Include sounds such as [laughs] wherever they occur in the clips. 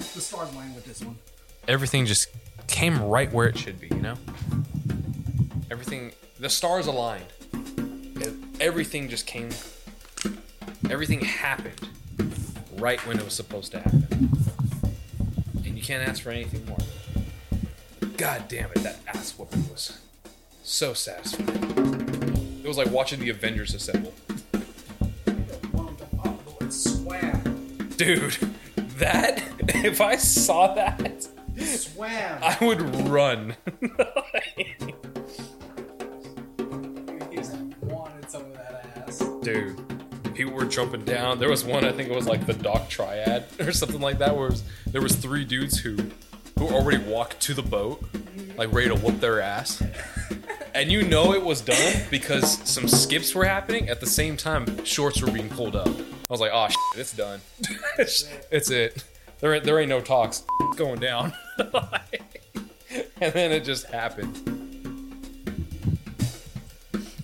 off the starting line with this one. everything just came right where it should be, you know? Everything, the stars aligned. E- Everything just came, everything happened right when it was supposed to happen. And you can't ask for anything more. God damn it, that ass whooping was so satisfying. It was like watching the Avengers assemble. Swam. Dude, [laughs] that, [laughs] if I saw that, Swam. I would run. [laughs] He just wanted some of that ass. dude people were jumping down there was one i think it was like the doc triad [laughs] or something like that where it was, there was three dudes who who already walked to the boat like ready to whoop their ass and you know it was done because some skips were happening at the same time shorts were being pulled up i was like oh shit, it's done [laughs] it's it there ain't, there ain't no talks It's going down [laughs] and then it just happened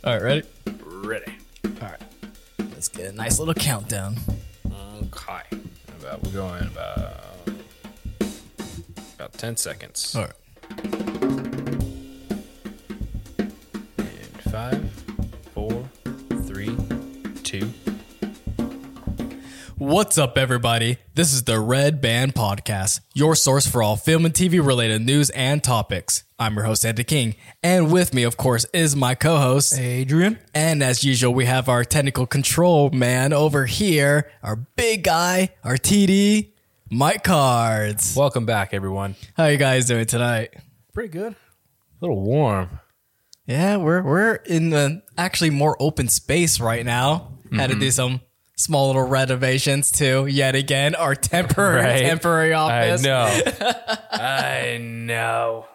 All right, ready? ready All right. Let's get a nice little countdown. Okay. About we're going about about ten seconds. All right. And five, four, three, two. What's up, everybody? This is the Red Band Podcast, your source for all film and TV related news and topics. I'm your host, Andy King, and with me, of course, is my co host, Adrian. And as usual, we have our technical control man over here, our big guy, our TD, Mike Cards. Welcome back, everyone. How you guys doing tonight? Pretty good. A little warm. Yeah, we're we're in the actually more open space right now. Had to do some small little renovations to yet again our temporary Right. temporary office. I know. I know.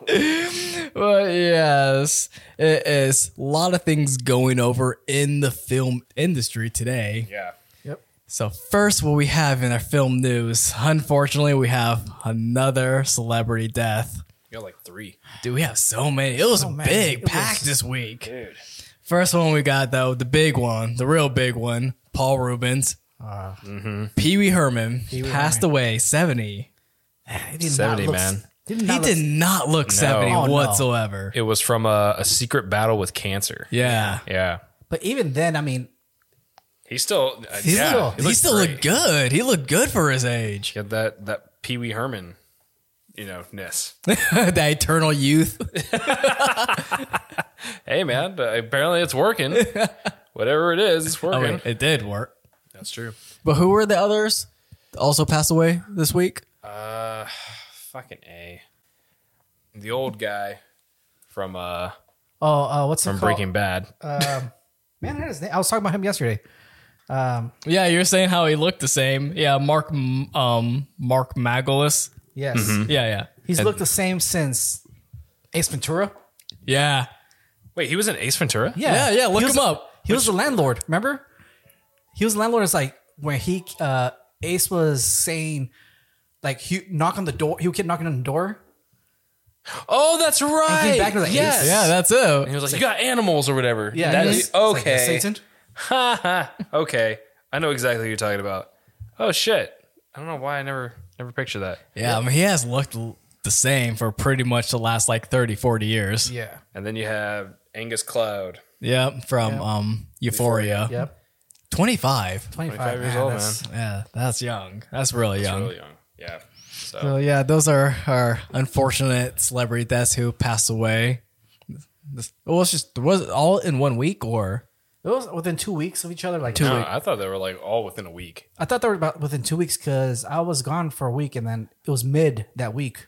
But yes, it is a lot of things going over in the film industry today. Yeah. So first, what we have in our film news, unfortunately, we have another celebrity death. You got like three. Dude, we have so many. It was many. big, It packed was- this week. Dude. First one we got though, the big one, the real big one, Paul Rubens. Pee Wee Herman passed away 70. He did 70, look- man. He did He not did not look 70 Oh, no. whatsoever. It was from a, a secret battle with cancer. yeah. Yeah. But even then, I mean, He still uh, He yeah, still, he looked still great. looked good. He looked good for his age. He had that that Pee Wee Herman, you know, ness. [laughs] the eternal [laughs] youth. hey man, uh, apparently [laughs] it's working. Whatever it is, Oh, it's I working. mean, Oh, it did work. That's true. But who were the others that also passed away this week? Uh, fucking a. The old guy from uh oh, uh, what's from it called? Breaking Bad. Man, I, had his name. I was talking about him yesterday. Yeah, you're saying how he looked the same. Yeah, Mark um Mark Magalus. Yes, Mm-hmm. Yeah, yeah. he's looked the same since Ace Ventura. Yeah. Wait, he was in Ace Ventura? Yeah, yeah, look He was- him up. He was the landlord. Remember, he was the landlord. It's like when he uh, Ace was saying, like he knock on the door. He would keep knocking on the door. Oh, that's right. came back to the Ace. yes. Yeah, that's it. He was like, "You got animals or whatever." he That was- is- it's like, okay. Satan. Ha ha. Okay, I know exactly what you're talking about. Oh shit! I don't know why I never never picture that. Yeah, I mean, he has looked l- the same for pretty much the last like 30, 40 years. Yeah, Yeah. And then you have Angus Cloud. from um Euphoria. Yep. 25. 25, 25 years old, that's- Yeah, that's young. That's really young. Really young. Yeah. So Uh, so yeah, those are our unfortunate celebrity deaths who passed away. This- Well, it's just was it all in one week or It was within two weeks of each other. Like, no, I thought they were like all within a week. I thought they were about within two weeks because I was gone for a week and then it was mid that week.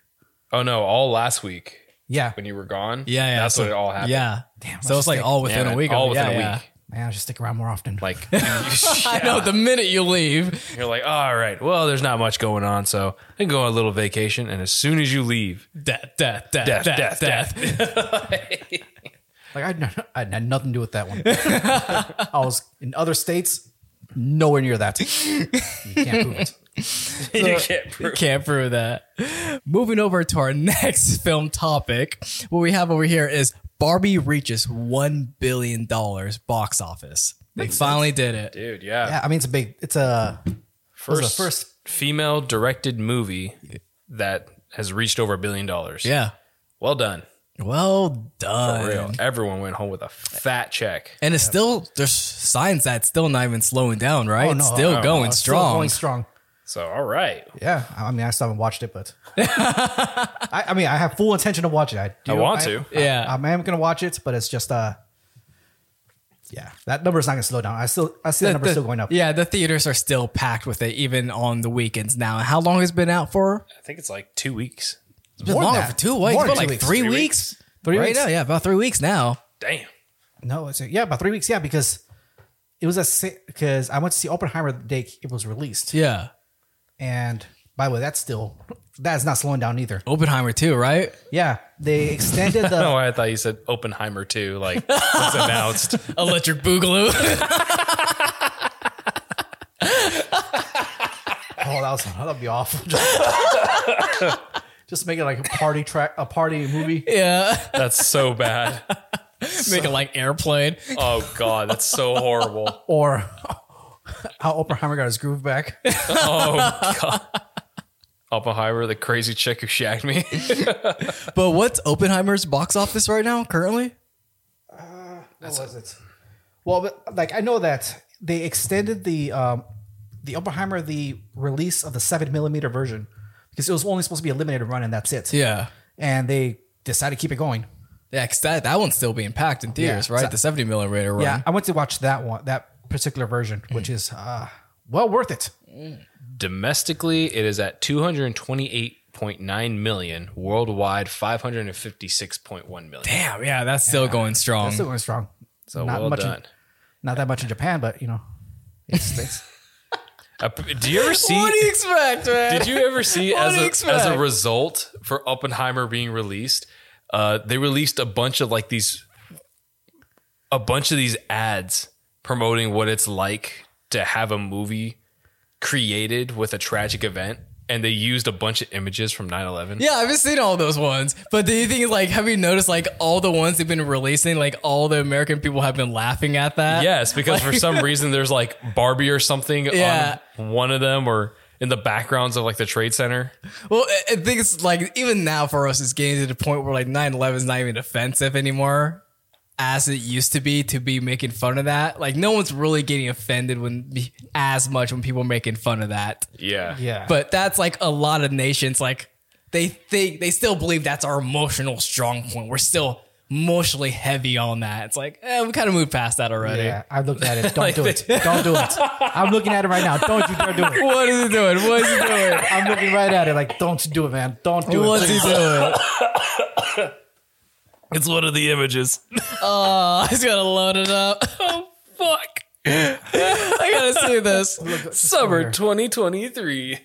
Oh no, all last week Yeah. when you were gone. yeah, yeah. that's so- what it all happened. Yeah, Damn, So it's like all within Yeah, a week. All of- within yeah, a week. yeah. Man, I should stick around more often. Like [laughs] I I know. The minute you leave, You're like, all right. Well, there's not much going on, so I can go on a little vacation. And as soon as you [laughs] leave, death, death, death, death, Death, death, death, Like I, had- I had nothing to do with that one. [laughs] I was in other states, nowhere near that. You can't prove it. you can't prove. [laughs] Can't prove that. Moving over to our [laughs] next film topic, what we have over here is Barbie reaches one billion dollars box office. They finally did it. Dude, yeah. Yeah, I mean it's a big. It's a First, first- first female directed movie that has reached over a billion dollars. Yeah. Uh, Well done. Well done. For real. Everyone went home with a fat check. And it's still there's signs that it's still not even slowing down, right? Oh, it's no. still Oh, going It's strong. Still going strong. So, all right. Yeah, I I mean, I still haven't watched it, but [laughs] I, I mean, I have full intention to watch it. I do. I want am- to. I- Yeah. I, am gonna watch it, but it's just uh, yeah, that number is not gonna slow down. I still, I see that number The- still going up. Yeah, the theaters are still packed with it, even on the weekends now. How long has it been out for? I think it's like two weeks. It's been More than longer that. for two weeks. More It's been than like two weeks. three, Three weeks. weeks. Three right weeks. now, yeah, about three weeks now. Damn. No, it's yeah, about three weeks. Yeah, because it was a because I went to see Oppenheimer the day it was released, Yeah. and by the way, that's still that is not slowing down either. Oppenheimer too, right? Yeah, they extended the [laughs] Oh, I thought you said Oppenheimer too. Like it's [laughs] announced. Electric [laughs] Boogaloo. Oh, that was that'd be awful. [laughs] Just make it like a party track, a party movie. yeah. That's so bad. Make it like airplane. Oh god, that's so horrible. Or [laughs] how Oppenheimer got his groove back. Oppenheimer, the crazy chick who shagged me. [laughs] But what's Oppenheimer's box office right now currently? what was it? Well, but, like I know that they extended the um, the Oppenheimer the release of the seven millimeter version because it was only supposed to be a limited run and that's it. Yeah. And they decided to keep it going. Yeah, because that, that one's still being packed in theaters, Yeah. right? So- the 70 millimeter one. Yeah, I went to watch that one, that particular version, which is uh, well worth it. Domestically, it is at 228.9 million. Worldwide, 556.1 million. Damn, yeah, that's still going strong. Still going strong. So Not well much in- done. Not that much in Japan, but you know, it's, it's Uh, do you ever [laughs] see what do you expect, man? [laughs] Did you ever see What do you as a, expect? as a result for Oppenheimer being released? Uh, they released a bunch of like these, a bunch of these ads promoting what it's like to have a movie created with a tragic event, and they used a bunch of images from 9-11. Yeah, I've been seeing all those ones. But do you think, like, have you noticed, like, all the ones they've been releasing, like, all the American people have been laughing [laughs] at that? Yes, because for some reason there's like Barbie or something Yeah. on one of them, or in the backgrounds of like the Trade Center. Well, I- I think it's like, even now for us, it's getting to the point where, like, 9 11 is not even offensive anymore as it used to be to be making fun of that. Like, no one's really getting offended when as much when people are making fun of that. Yeah, yeah. But that's like a lot of nations. Like they think they still believe that's our emotional strong point. We're still emotionally heavy on that. It's like eh, we kind of moved past that already. Yeah, I looked at it. Don't do it. Don't do it. I'm looking at it right now. Don't you dare do it. What is he doing? What is he [laughs] doing? I'm looking right at it. Like, don't do it, man. Don't do What's it. he doing? it's one of the images. Oh, he's gonna load it up. [laughs] Oh fuck! I gotta see this. Summer [laughs] 2023.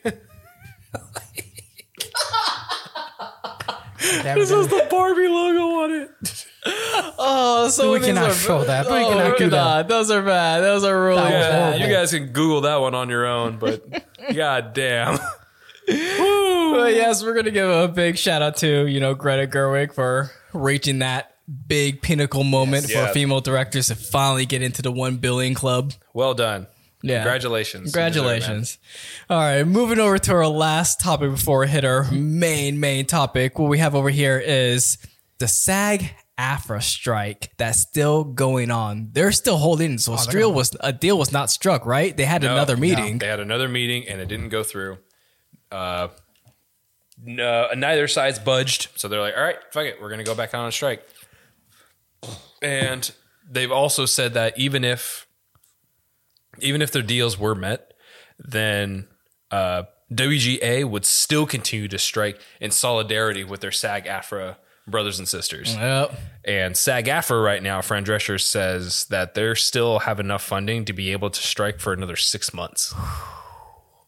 Damn it, dude. the Barbie logo on it. Oh, so We these cannot are- show that. We Oh, cannot do that. God, Those are bad. Those are really That was bad. horrible. Uh, you guys can Google that one on your own, [laughs] but god damn. But yes, we're gonna give a big shout out to you know Greta Gerwig for reaching that big pinnacle moment for Yeah. female directors to finally get into the one billion club. Well done. Yeah, Congratulations. You deserve Congratulations. All right, moving over to our last topic before we hit our main, main topic. What we have over here is the SAG AFRA strike that's still going on. They're still holding. So, a deal was, a deal was not struck, right? They had that. Oh, No, another no. meeting. They had another meeting and it didn't go through. Uh no, neither side's budged. So they're like, all right, fuck it. We're going to go back on a strike. And they've also said that even if even if their deals were met, then uh, WGA would still continue to strike in solidarity with their SAG AFRA brothers and sisters. Yep. And SAG AFRA right now, Fran Drescher says that they still have enough funding to be able to strike for another six months. [sighs]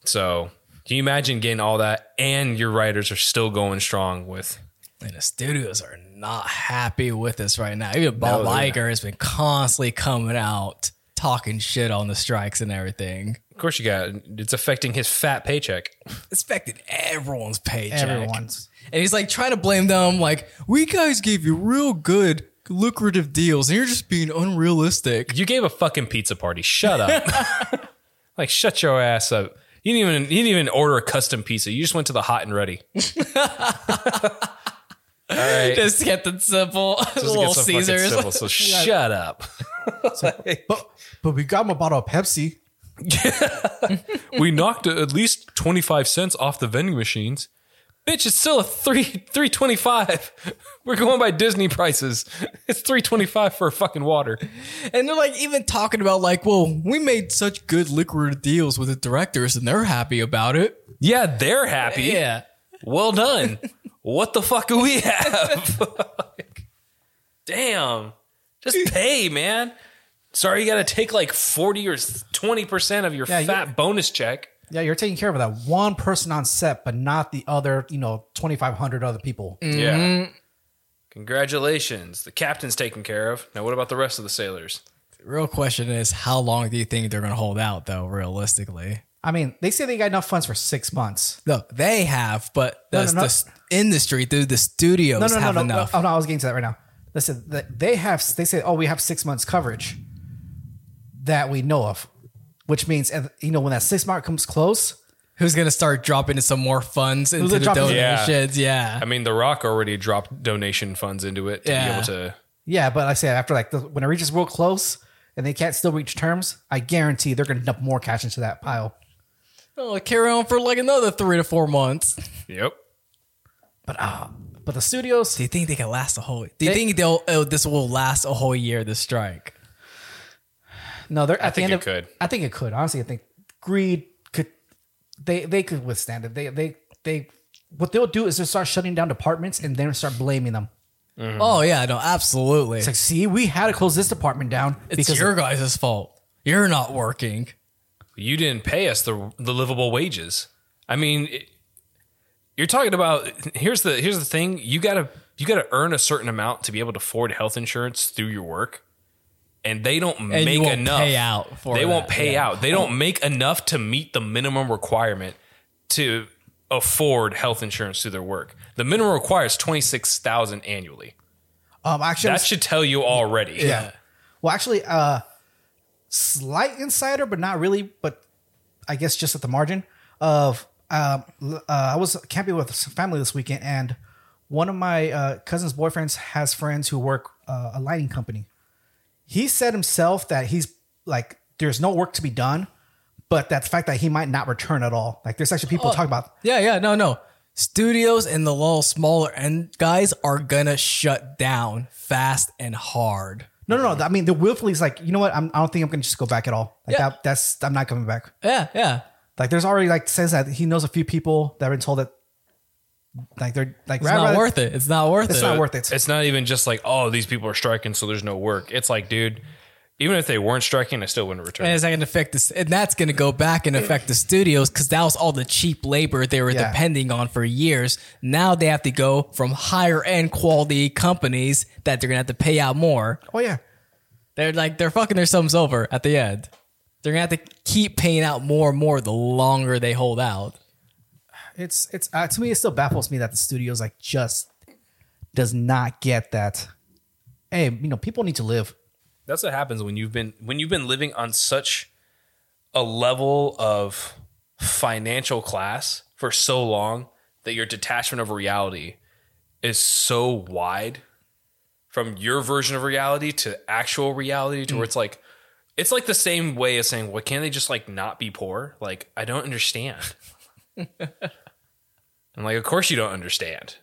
So can you imagine getting all that? And your writers are still going strong with And the studios are not happy with us right now. Even Bob Iger has been constantly coming out talking shit on the strikes and everything. of course you got it's affecting his fat paycheck. It's affected everyone's paycheck. Everyone's. And he's like trying to blame them, like, we guys gave you real good, lucrative deals, and you're just being [laughs] unrealistic. You gave a fucking pizza party. Shut up. like, shut your ass up. You didn't even you didn't even order a custom pizza. You just went to the hot and [laughs] ready. All right. Just kept it [laughs] simple. Just to get Little some fucking Caesars. civil, [laughs] so shut up. But but we got him a bottle of Pepsi. we knocked at least 25 cents off the vending machines. Bitch, it's still a 3 325. We're going by Disney prices. It's 325 for fucking water. And they're like even talking about like, well, we made such good liquid deals with the directors and they're happy about it. Yeah, they're happy. Yeah. Well done. what the fuck do we have? [laughs] Like, damn. Just pay, man. Sorry you got to take like 40 or 20% of your Yeah, you- fat bonus check. Yeah, you're taking care of that one person on set, but not the other, you know, 2,500 other people. Yeah. Congratulations. The captain's taken care of. Now, what about the rest of the sailors? The real question is how long do you think they're gonna hold out though, realistically? I mean, they say they got enough funds for six months. No, they have, but the, No, no, no. the s- industry through the studios No, no, no, have no, no. enough. Oh, no, I was getting to that right now. Listen, th- they have, they say, oh, we have six months coverage that we know of, which means, uh, you know, when that six mark comes close, Who's gonna start dropping some more funds into they're the dropping- Yeah. donations? Yeah. I mean, The Rock already dropped donation funds into it to Yeah. be able to. yeah, but I say after like the, when it reaches real close and they can't still reach terms, I guarantee they're going to dump more cash into that pile. Oh, carry on for like another three to four months. Yep. But the studios, Do you think they can last a whole? Do you think they'll? Oh, this will last a whole year. This strike. No, they're. At I think the end it of, could. I think it could. Honestly, I think greed could. They they could withstand it. They they they. What they'll do is they'll start shutting down departments and then start blaming them. Mm-hmm. Oh yeah, no, absolutely. It's like, see, we had to close this department down It's because your guys' fault. You're not working. You didn't pay us the the livable wages. I mean, it- you're talking about here's the here's the thing. You gotta you gotta earn a certain amount to be able to afford health insurance through your work, and they don't And make you won't enough. pay out for they won't that, pay yeah. out. They don't make enough to meet the minimum requirement to afford health insurance through their work. The minimum requires twenty six thousand annually. um actually I That was- should tell you already. yeah. Well, actually, uh, slight insider, but not really. But I guess just at the margin of um, l- uh, I was camping with some family this weekend, and one of my uh, cousin's boyfriends has friends who work uh, a lighting company. He said himself that he's like, there's no work to be done, but that fact that he might not return at all. Like, there's actually people talking about Yeah, yeah, no, no. Studios and the little smaller end guys are gonna shut down fast and hard. no, no, no. I mean, the willfully is like, you know what? I'm, I don't think I'm gonna just go back at all. Like Yeah. that, that's I'm not coming back. Yeah, yeah. Like there's already like says that he knows a few people that have been told that like they're like It's not worth it. It's not worth It's it. not worth it. it's not even just like oh these people are striking so there's no work it's like dude even if they weren't striking i still wouldn't return and it's not gonna affect this, and that's gonna go back and affect the studios because that was all the cheap labor they were Yeah. depending on for years. Now they have to go from higher end quality companies that they're gonna have to pay out more. Oh yeah. They're like they're fucking themselves over at the end. They're gonna have to keep paying out more and more the longer they hold out. It's it's uh, to me it still baffles me that the studios like just does not get that. Hey, you know, people need to live. that's what happens when you've been when you've been living on such a level of financial class for so long that your detachment of reality is so wide from your version of reality to actual reality to where it's like it's like the same way as saying, "Well, can't they just like not be poor?" Like, I don't understand. I'm like, of course you don't understand.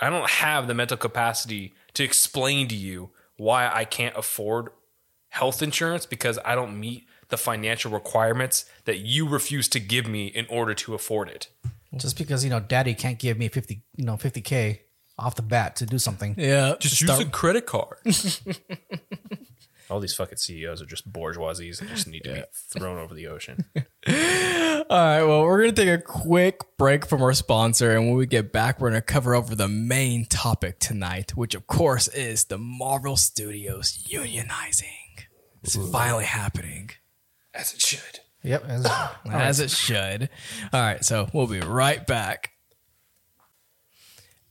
I don't have the mental capacity to explain to you why I can't afford health insurance because I don't meet the financial requirements that you refuse to give me in order to afford it. Just because, you know, daddy can't give me 50, you know, 50k off the bat to do something. Yeah, start- credit card. All these fucking CEOs are just bourgeoisies and just need to be thrown over the ocean. All right, well, we're going to take a quick break from our sponsor. And when we get back, we're going to cover over the main topic tonight, which, of course, is the Marvel Studios unionizing. It's finally happening, [laughs] As it should. Yep. that's- [coughs] as it should. All right, so we'll be right back.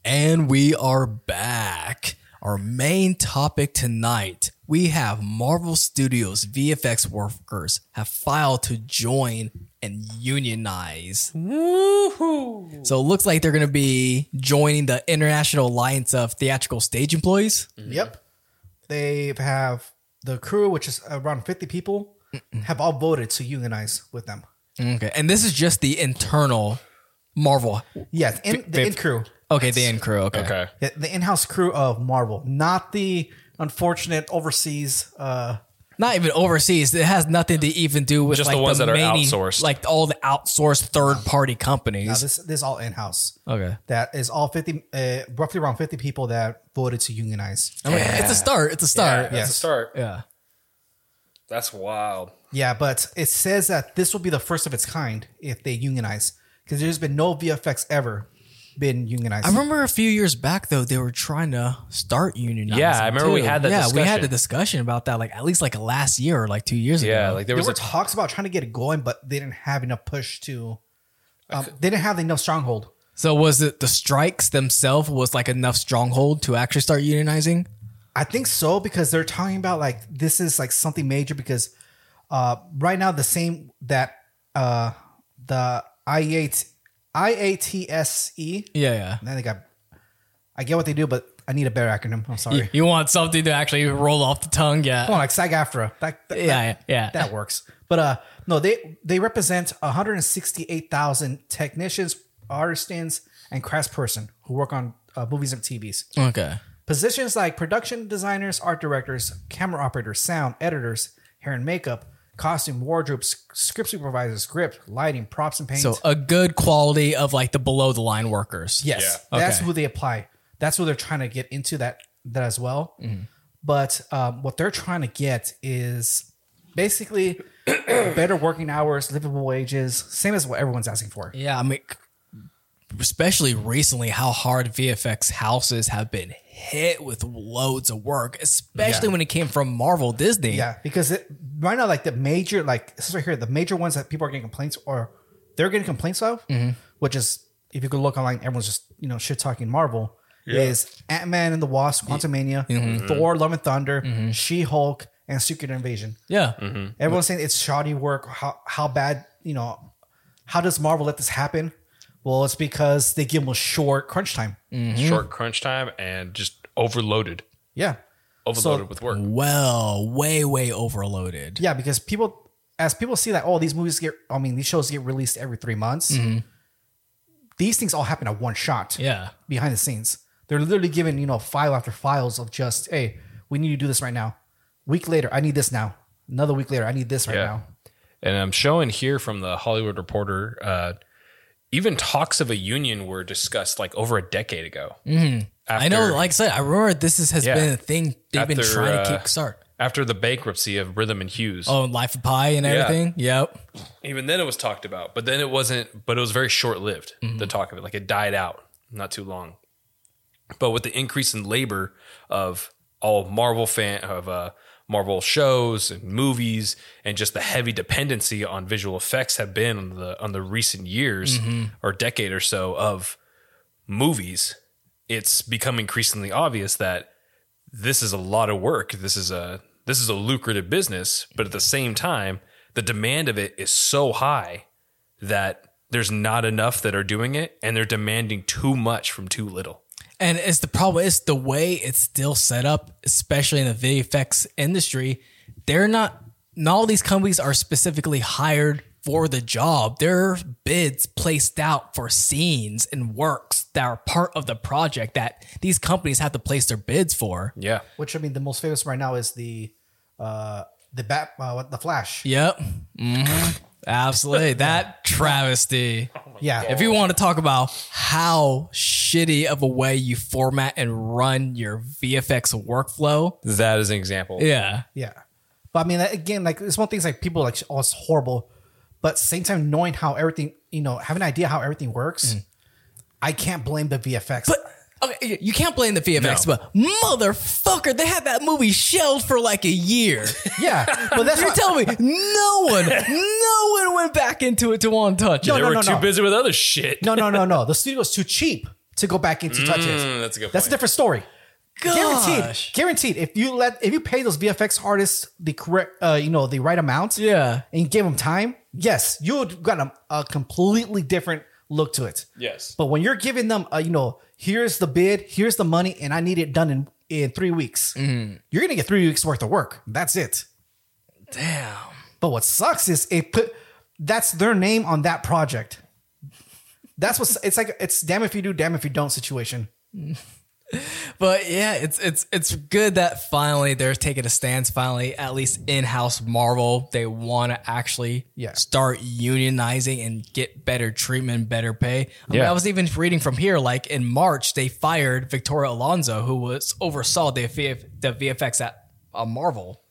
And we are back. Our main topic tonight we have Marvel Studios VFX workers have filed to join and unionize. So it looks like they're going to be joining the International Alliance of Theatrical Stage Employees. Yep. They have the crew, which is around 50 people, have all voted to unionize with them. Okay. And this is just the internal Marvel. Yes, in, the Fif- in crew, Okay, the in crew. Okay. Okay. the, the in-house crew of Marvel, not the unfortunate overseas. Uh, Not even overseas. It has nothing to even do with Just like, the ones that are many- outsourced. Like all the outsourced third party now companies. this this is all in-house. Okay. That is all 50, uh, roughly around 50 people that voted to unionize. I mean, it's a start. It's a start. That's a Yes. start. yeah. That's wild. Yeah, but it says that this will be the first of its kind if they unionize, because there's been no VFX ever been unionized. I remember a few years back though they were trying to start unionizing. Yeah, I remember we too. had that Yeah, we had discussion. the discussion about that like at least like last year or like two years Yeah, ago. like there there was were a talks about trying to get it going, but they didn't have enough push to. Um, they didn't have enough stronghold. so was it the strikes themselves was like enough stronghold to actually start unionizing? I think so because they're talking about like this is like something major because uh, right now the same that uh, the IAT IATSE. Yeah, yeah. And E. then they got. I get what they do, but I need a better acronym. I'm sorry. You, you want something to actually roll off the tongue? Yeah, Come on, like SAG-AFTRA. That, that, yeah, yeah. yeah. that works. But uh no, they they represent 168,000 technicians, artisans, and craftsperson who work on uh, movies and TVs. okay. Positions like production designers, art directors, camera operators, sound editors, hair and makeup, costume, wardrobe, s- script supervisors, script, lighting, props and paint. So uh, a good quality of like the below the line workers. Yes, Yeah. that's Okay. who they apply. That's who they're trying to get into that that as well. Mm-hmm. But um, what they're trying to get is basically [clears throat] better working hours, livable wages, same as what everyone's asking for. Yeah, I mean, especially recently, how hard VFX houses have been hit with loads of work, especially Yeah. when it came from Marvel Disney. Yeah, because it, right now, like the major, like this is right here, the major ones that people are getting complaints or they're getting complaints of, which is if you go look online, everyone's just you know shit talking Marvel. Is Ant Man and the Wasp, Quantumania, Thor, Love and Thunder, She Hulk, and Secret Invasion. Yeah. Mm-hmm. Everyone's saying it's shoddy work. How how bad you know? How does Marvel let this happen? Well, it's because they give them a short crunch time. short crunch time and just overloaded, Yeah, overloaded So- with work. Well, way, way overloaded. yeah, because people as people see that oh these movies get I mean these shows get released every three months. These things all happen at one shot. Mm-hmm. Yeah. behind the scenes, they're literally given you know file after files of just hey we need to do this right now. Week later, I need this now. Another week later, I need this right Yeah. now. And I'm showing here from the Hollywood Reporter, uh, even talks of a union were discussed like over a decade ago. Mm-hmm. I know, like I said, I remember this is, has Yeah. been a thing they've been After, trying to uh, kickstart. after the bankruptcy of Rhythm and Hughes. Oh, and Life of Pi and everything. Yep. Even then, it was talked about, but then it wasn't. But it was very short lived. The talk of it, like it died out not too long. But with the increase in labor of all Marvel fan of uh, Marvel shows and movies, and just the heavy dependency on visual effects have been on the on the recent years or decade or so of movies, it's become increasingly obvious that this is a lot of work. This is a this is a lucrative business, but at the same time, the demand of it is so high that there's not enough that are doing it and they're demanding too much from too little. And it's the problem is the way it's still set up, especially in the VFX industry. They're not not all these companies are specifically hired for the job. They're bids placed out for scenes and works that are part of the project that these companies have to place their bids for. Yeah. Which I mean, the most famous right now is the uh the bat uh, what- the Flash. Yep. Mhm. Absolutely. That travesty. yeah, If you want to talk about how shitty of a way you format and run your VFX workflow, That is an example. yeah. Yeah. But I mean, that- again, like it's one thing. Like people are like, oh, it's horrible. But same time, knowing how everything, you know, having an idea how everything works, I can't blame the VFX. Mm. But okay, you- you can't blame the VFX, but motherfucker, they had that movie shelved for like [laughs] a year. [laughs] yeah, but that's You're what, [laughs] telling me no one, no one went back into it to want to touch No, it. they were no, too no. busy with other shit. no, no, no, no. The studio's too cheap to go back into touch it. Mm, that's a good That's a point. different story. Guaranteed, Mm. gosh. guaranteed. If you let, if you pay those VFX artists the correct, uh, you know, the right amount, Yeah. and you give them time, yes, you've got a, a completely different look to it. Yes. But when you're giving them, uh, you know, here's the bid, here's the money, and I need it done in in three weeks, you're gonna get three weeks worth of work. That's it. Damn. But what sucks is it put that's their name on that project. That's what it's like. It's damn if you do, damn if you don't situation. But yeah, it's it's it's good that finally they're taking a stance. Finally, at least in-house Marvel, they want to actually Yeah. start unionizing and get better treatment, better pay. I, mean, Yeah. I was even reading from here, like in March, they fired Victoria Alonso, who was oversaw the VF, the VFX at uh, Marvel,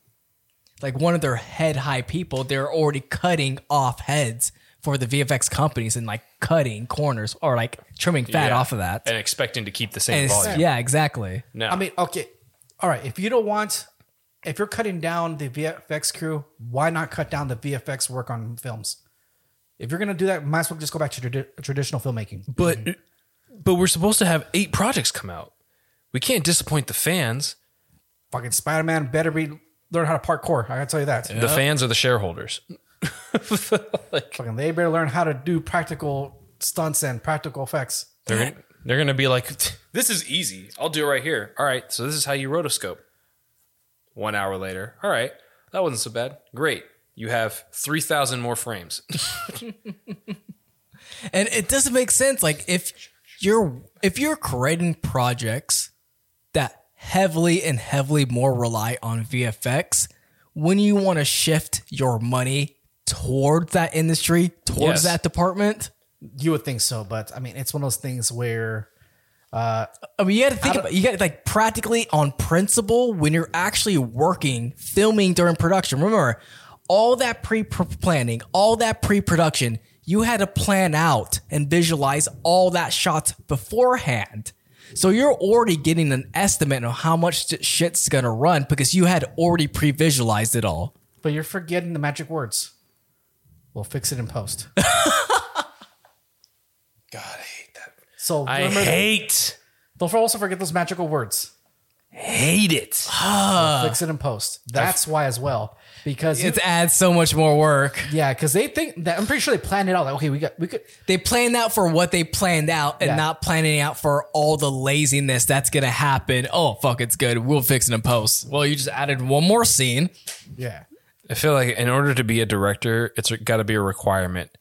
like one of their head high people. They're already cutting off heads for the VFX companies and like cutting corners or like trimming fat Yeah. off of that. and expecting to keep the And same it's- volume. yeah, exactly. No. I mean, okay, all right. If you don't want, if you're cutting down the VFX crew, why not cut down the VFX work on films? If you're gonna do that, might as well just go back to tradi- traditional filmmaking. but but we're supposed to have eight projects come out. We can't disappoint the fans. Fucking Spider Man better be learn how to parkour. I gotta tell you that. The fans are the [laughs] shareholders. Fucking they better learn how to do practical stunts and practical effects. They're gonna, they're gonna be like, this is easy. I'll do it right here. All right. So this is how you rotoscope. One hour later. All right. That wasn't so bad. Great. You have three thousand more frames. and it doesn't make sense like if you're if you're creating projects that heavily and heavily more rely on vfx when you want to shift your money towards that industry Yes. towards that department You would think so, but I mean, it's one of those things where I mean, you got to think about you got to like practically on principle when you're actually working, filming during production. Remember, all that pre planning, all that pre production, you had to plan out and visualize all that shots beforehand. So you're already getting an estimate on how much sh- shit's gonna run because you had already pre visualized it all. But you're forgetting the magic words. We'll fix it in [laughs] post. God, I hate that. So I remember, hate don't also forget those magical words. hate it. Uh, fix it in post. That's why as well because you- It adds so much more work. yeah, because they think that I'm pretty sure they planned it out. Like, okay, we got we could They planned out for what they planned out and Yeah. not planning out for all the laziness that's going to happen. Oh, fuck, it's good. We'll fix it in post. Well, you just added one more scene. yeah. I feel like in order to be a director, it's got to be a requirement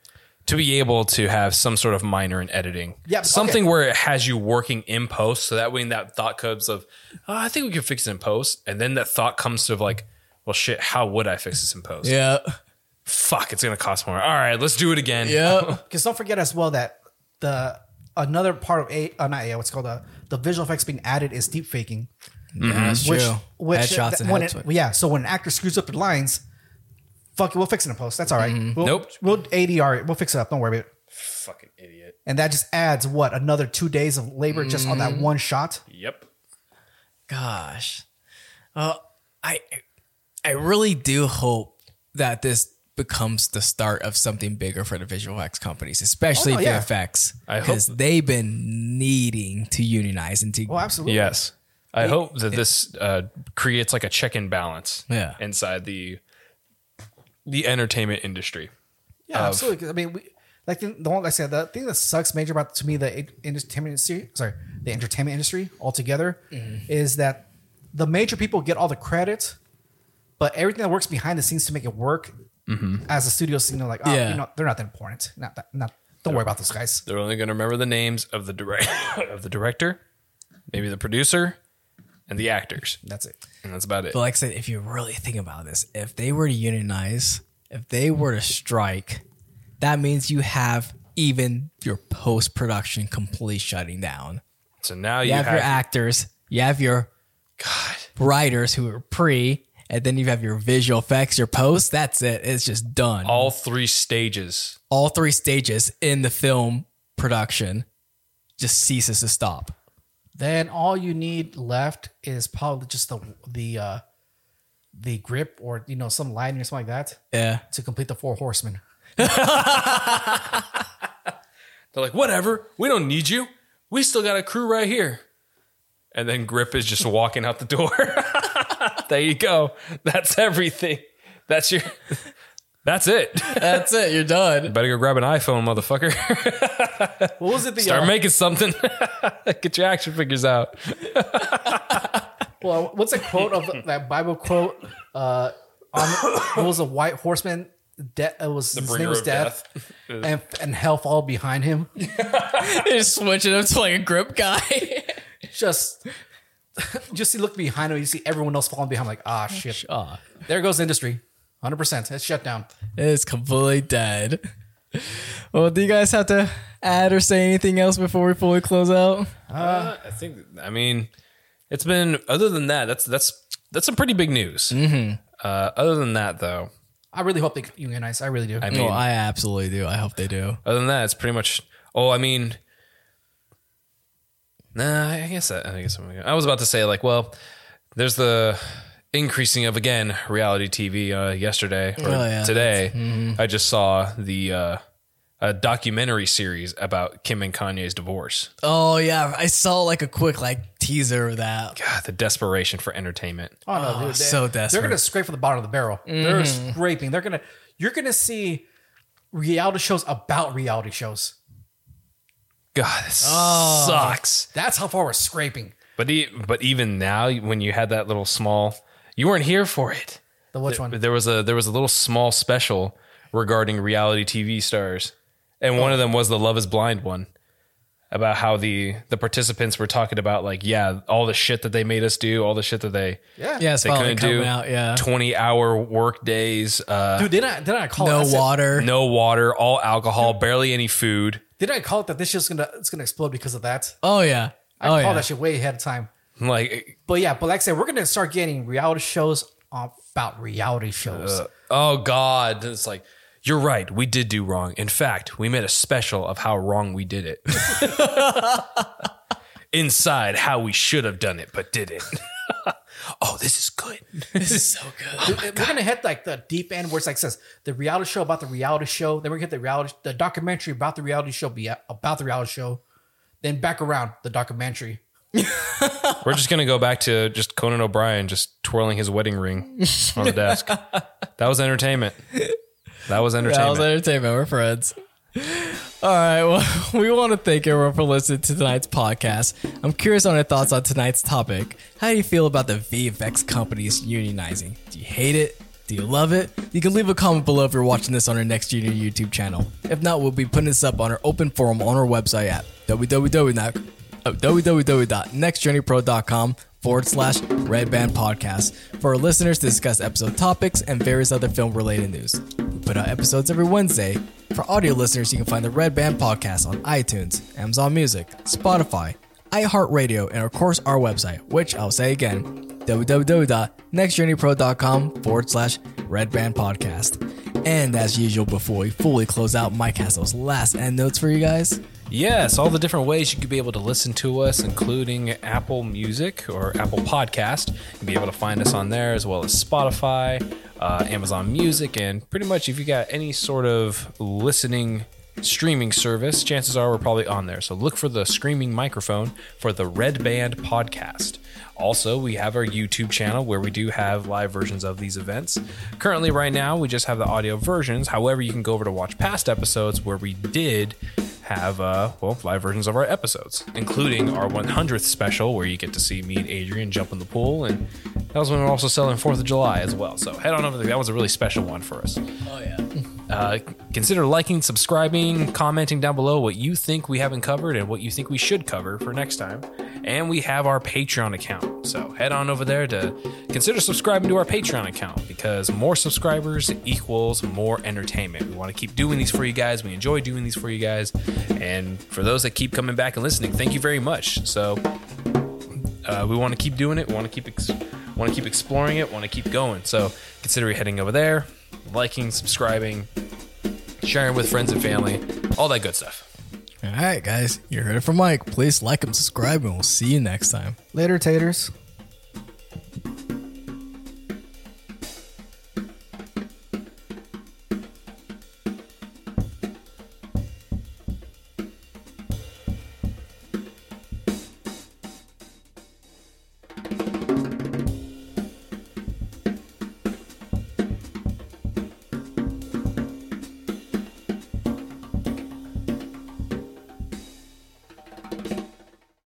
to be able to have some sort of minor in editing. Yeah, okay. something where it has you working in post, so that way that thought comes of, oh, I think we can fix it in post, and then that thought comes to like, well, shit, how would I fix this in post? Yeah. Fuck, it's gonna cost more. All right, let's do it again. Ah, [laughs] Yeah. Because don't forget as well that the another part of a uh, not a what's it called uh, the visual effects being added is deep faking. Mm-hmm. That's Which, true. which Headshots and when headshots. it, yeah. So when an actor screws up the lines, fuck it, we'll fix it in post. That's all right. Mm-hmm. We'll, Nope. we'll ADR it. We'll fix it up. Don't worry about it. Fucking idiot. And that just adds what another two days of labor just on Mm-hmm. that one shot. Yep. Gosh. Uh, I, I really do hope that this becomes the start of something bigger for the visual effects companies, especially Oh, no, yeah. VFX. I hope- Because they've been needing to unionize and to Well, Oh, absolutely. Yes. I hope that this uh, creates like a check and balance Yeah. inside the the entertainment industry. Yeah, absolutely. 'Cause, I mean, we, like the, the one like I said, the thing that sucks major about to me the en- entertainment industry, sorry, the entertainment industry altogether, is that the major people get all the credit, but everything that works behind the scenes to make it work, as the studio scene, they're like, oh, Yeah. you know, they're not that important. Not that, not. Don't worry about those guys. They're only going to remember the names of the direct [laughs] of the director, maybe the producer, and the actors, That's it. and that's about it. But like I said, if you really think about this, if they were to unionize, if they were to strike, that means you have even your post production completely shutting down. So now You, you, have, your actors, you have your writers who are pre, and then you have your visual effects, your post. That's it. It's just done. All, all three stages. three stages in the film production just ceases to stop. Then all you need left is probably just the the uh, the grip or you know some line or something like that Yeah. to complete the four horsemen. They're like, whatever, we don't need you. We still got a crew right here. and then Grip is just walking out the door. [laughs] there you go. That's everything. That's your. [laughs] That's it. [laughs] That's it. You're done. [laughs] Better go grab an iPhone, motherfucker. [laughs] What was it? The Start uh, making something. [laughs] Get your action figures out. well, what's a quote of that Bible quote? Uh, on, [coughs] what was a white horseman? De- it was his name bringer was of death, and and hell followed behind him. [laughs] You're switching up to like a grip guy. [laughs] Just, [laughs] just you look behind him, you see everyone else falling behind. Like ah shit, Ah, there goes industry, hundred percent. It's shut down. it's completely dead. Well, do you guys have to add or say anything else before we fully close out? Uh, I think. I mean, it's been. Other than that, that's that's that's some pretty big news. Mm-hmm. Uh, other than that, though, I really hope they unionize. I really do. I I, mean, No, I absolutely do. I hope they do. other than that, it's pretty much. Oh, I mean, nah. I guess I, I guess I'm, I was about to say like, well, there's the increasing of again reality TV uh, yesterday or Oh, yeah, today. I just saw the uh, a documentary series about Kim and Kanye's divorce. Oh yeah, I saw like a quick like teaser of that. God, the desperation for entertainment. oh no, dude, so They're desperate. gonna scrape for the bottom of the barrel. They're scraping. They're gonna. You're gonna see reality shows about reality shows. God, this Oh. sucks. That's how far we're scraping. But e- but even now, when you had that little small, you weren't here for it. The which one? But there was a there was a little small special regarding reality TV stars, and one of them was the Love Is Blind one, about how the the participants were talking about like yeah all the shit that they made us do, all the shit that they yeah. Yeah, it's they finally couldn't coming do, out. Yeah, twenty hour work days, uh, Dude, didn't I, didn't I call it? I no said- water. no water, all alcohol, barely any food. Didn't I call it that this shit's gonna it's gonna explode because of that? Oh yeah. I oh called yeah. that shit way ahead of time. Like But yeah, but like I said, we're gonna start getting reality shows about reality shows. Oh God! It's like you're right. We did do wrong. In fact, we made a special of how wrong we did it. [laughs] Inside, how we should have done it, but didn't. [laughs] oh, this is good. this is so good. we're gonna hit like the deep end where it's like says the reality show about the reality show. Then we're gonna hit the reality the documentary about the reality show be about the reality show. Then back around the documentary. [laughs] We're just gonna go back to just Conan O'Brien just twirling his wedding ring on the [laughs] desk. That was entertainment. That was That entertainment. was entertainment. We're friends. [laughs] All right. Well, [laughs] we want to thank everyone for listening to tonight's podcast. I'm curious on your thoughts on tonight's topic. How do you feel about the VFX companies unionizing? Do you hate it? Do you love it? You can leave a comment below if you're watching this on our next junior YouTube channel. If not, we'll be putting this up on our open forum on our website at www uh, www.nextjourneypro.com forward slash red band podcast for our listeners to discuss episode topics and various other film related news. We put out episodes every Wednesday. For audio listeners, you can find the Red Band podcast on iTunes, Amazon Music, Spotify, iHeartRadio, and of course our website, which I'll say again www.nextjourneypro.com forward slash red band podcast. And as usual, before we fully close out, Mike has those last end notes for you guys. Yes, all the different ways you could be able to listen to us, including Apple Music or Apple Podcast. You'll be able to find us on there as well as Spotify, uh, Amazon Music, and pretty much if you got any sort of listening streaming service, chances are we're probably on there. So look for the screaming microphone for the Red Band Podcast. Also, we have our YouTube channel where we do have live versions of these events. Currently, right now, we just have the audio versions. However, you can go over to watch past episodes where we did have uh well live versions of our episodes, including our 100th special where you get to see me and Adrian jump in the pool, and that was when we were also selling Fourth of July as well. So head on over there. That was a really special one for us. Oh, yeah. Uh, consider liking, subscribing, commenting down below what you think we haven't covered and what you think we should cover for next time. And we have our Patreon account. So head on over there to consider subscribing to our Patreon account because more subscribers equals more entertainment. We want to keep doing these for you guys. We enjoy doing these for you guys. And for those that keep coming back and listening, thank you very much. So uh, we want to keep doing it. We want to keep ex- want to keep exploring it. Want to keep going. So consider heading over there, liking, subscribing, sharing with friends and family, all that good stuff. All right, guys, you heard it from Mike. Please like and subscribe, and we'll see you next time. Later, taters.